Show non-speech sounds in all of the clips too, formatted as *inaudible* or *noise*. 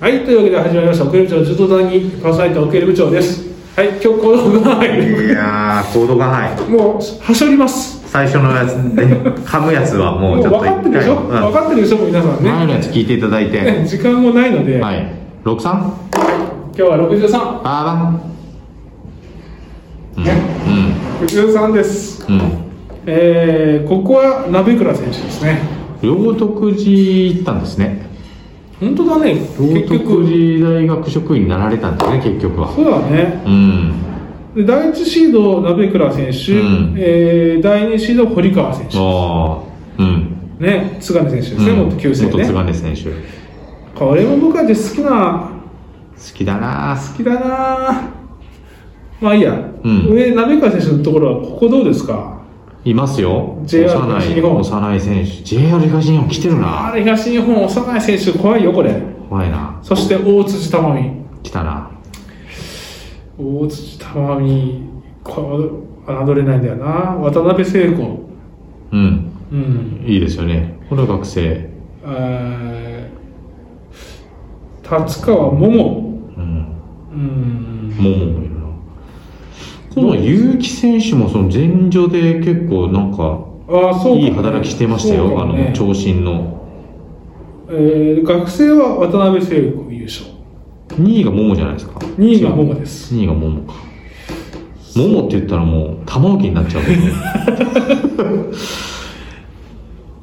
はい、というわけで始まりました、奥入部長、柔道団にパーソナリティの奥入部長です。はい、今日行動がない。いやー、コードがはい。 *laughs* もう、はしょります。最初のやつで、噛むやつはももううちょ分っと一かってるでしょ、うん分かってるでしょ、もう皆さん前ね。のやつ聞いていただいて。ね時間もないので、はい。六三。今日は63、あね63です。ーばん。うん。えー、ここは鍋倉選手ですね。両徳寺行ったんですね。本当だね、両結徳局。寺大学職員になられたんですね、結局は。そうだね。うん。で第1シード、鍋倉選手、うんえー第2シード、堀川選手、ああ。うん。ね、津金選手ですね、元旧姓元津ね。金選手。好これも僕は好きなきだな好きだなぁまあいいや、ん上鍋川選手のところはここどうですかいますよ。 JR 幼東い、日本幼い選手。JR 東日本来てるあな。れ東日本幼い選手怖いよこれ怖いな。そして大辻玉美来たな。大辻玉美こう侮れないんだよな渡辺聖子うん。うんいいですよね。この学生。えー達川桃うん。うんもももいるな。この結城選手もその前女で結構なんか、ああそうかもねいい働きしてましたよ。そうかあもねの、長身の。えー学生は渡辺聖子優勝2位がももじゃないですか。 2位が桃です2位がももか。ももって言ったらもう、玉置になっちゃうけ *laughs* ど。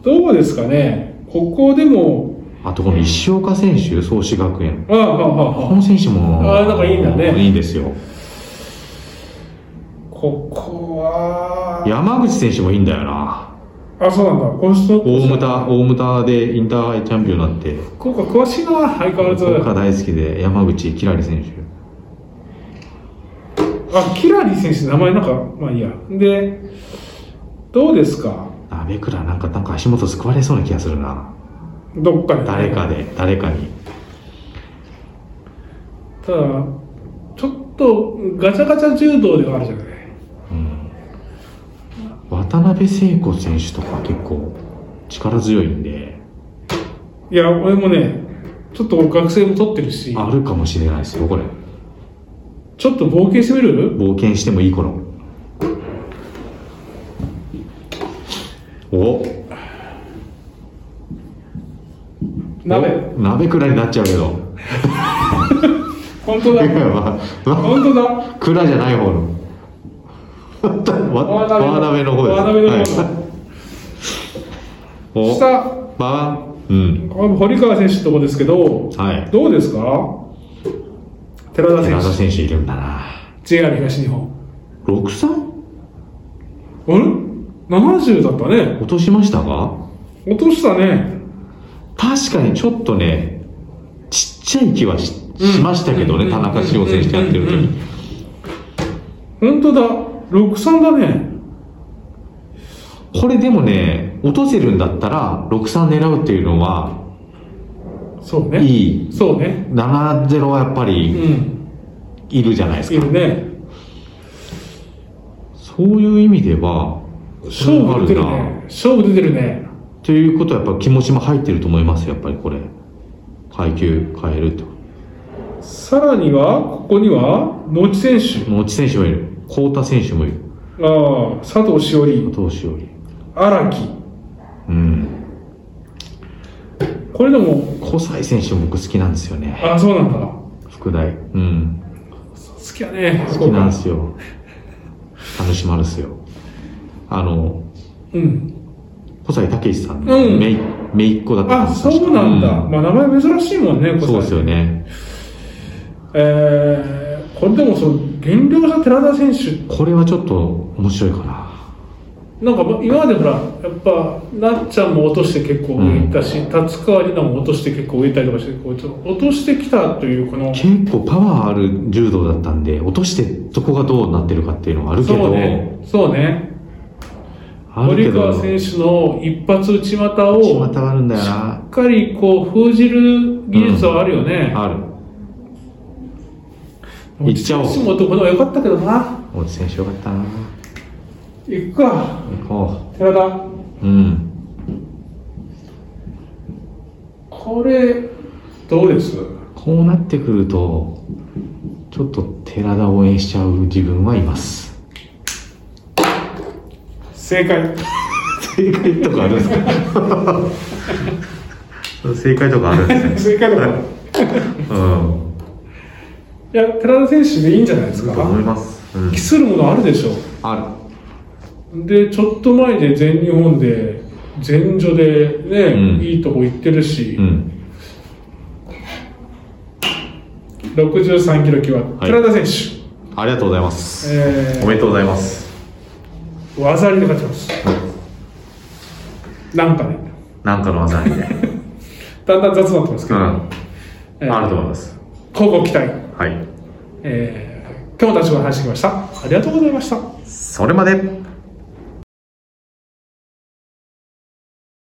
どうですかね、ここでも、あとこの石岡選手、創志学園。ああ、ああ、こああの選手も、あーなんかいいんだねいいんですよ。ここは、山口選手もいいんだよな。あ、そうなんだ、この人、大牟田、大牟田でインターハイチャンピオンになって、ここ詳しいな、相変わらず。僕が大好きで、山口きらり選手。あ、キラリ選手、名前なんか、まあいいや。で、どうですか、あ、べくら、なんか、なんか足元救われそうな気がするな。どっかで、誰かで、誰かに。ただ、ちょっとガチャガチャ柔道ではあるじゃない。うん。渡辺聖子選手とか結構力強いんで、いや、俺もね、ちょっと俺学生も取ってるし、あるかもしれないですよ、これ。ちょっと冒険してみる冒険してもいい頃。お鍋。お鍋くらいになっちゃうけど。 *laughs* 本当だ。まあま本当だ。あ蔵じゃない方 *laughs* の。わわわ鍋の方です。ワナベの方だはいお下、まあ、うん。堀川選手のとこですけど、はい。どうですか寺田選寺田手、選手いるんだな。 JR 東日本。六三あれ ?70 だったね。落としましたか落としたね。確かにちょっとね、ちっちゃい気はし,、ましたけどうんね、田中志郎選手とやってる時うんうんに。本当だ。63だね。これでもね、落とせるんだったら、六三狙うっていうのは、そうね。いい。そうね。七ゼロはやっぱうりん。いるじゃないですいか。るね。そういう意味では、勝負出てるあね。勝負出てるね。ということはやっぱ気持ちも入ってると思いますよやっぱりこれ階級変えるとさらには、ここには、野地選手。野地選手もいる浩太選手もいるああ、佐藤しおり、投手より荒木。うんこれでも、小西選手も僕好きなんですよねああ、そうなんだ。副大うん好きやね。好きなんですよ楽しまるっすよあのうん。小西武史さんうのんめいめいっ子だったあ、そうなんだ。まあ名前珍しいもんね、うんこそうですよねえー、これでもその減量した寺田選手、これはちょっと面白いかななんかま今までほら、やっぱなっちゃんも落として結構上行ったし、達川里奈も落として結構上行ったりとかして、こうちょっと落としてきたというこの。結構パワーある柔道だったんで落としてそこがどうなってるかっていうのはあるけそうど、ね。そうね。あるけ堀ど川選手の一発内股を、ちしまたあるんだよなっかりこう封じる技術はあるよね。あるうん行っちゃおう落ちもどこでもよかったけどな。大地選手よかったな行くか、行こ寺田。ううんこれどうですこうなってくると、ちょっと寺田応援しちゃう自分はいます。正解正解とかあるんですか *laughs* 正解とかあるんですね。 *laughs* 正解だからいうん。や寺田選手でいいんじゃないですと思かいます。うん期。するものあるでしょあでちょっと前で全日本で全女でね、うんいいとこ行ってるし、る。うん。 63キロ級ははい寺田選手、ありがとうございます。えおめでとうございます。ー、技ありで勝ちますなんかねなんかの技にね。だんだん雑になってますけうど、ん。えーあると思います。乞うご期待、はい。えー、今日も立ち話してきましたありがとうございましたそれまで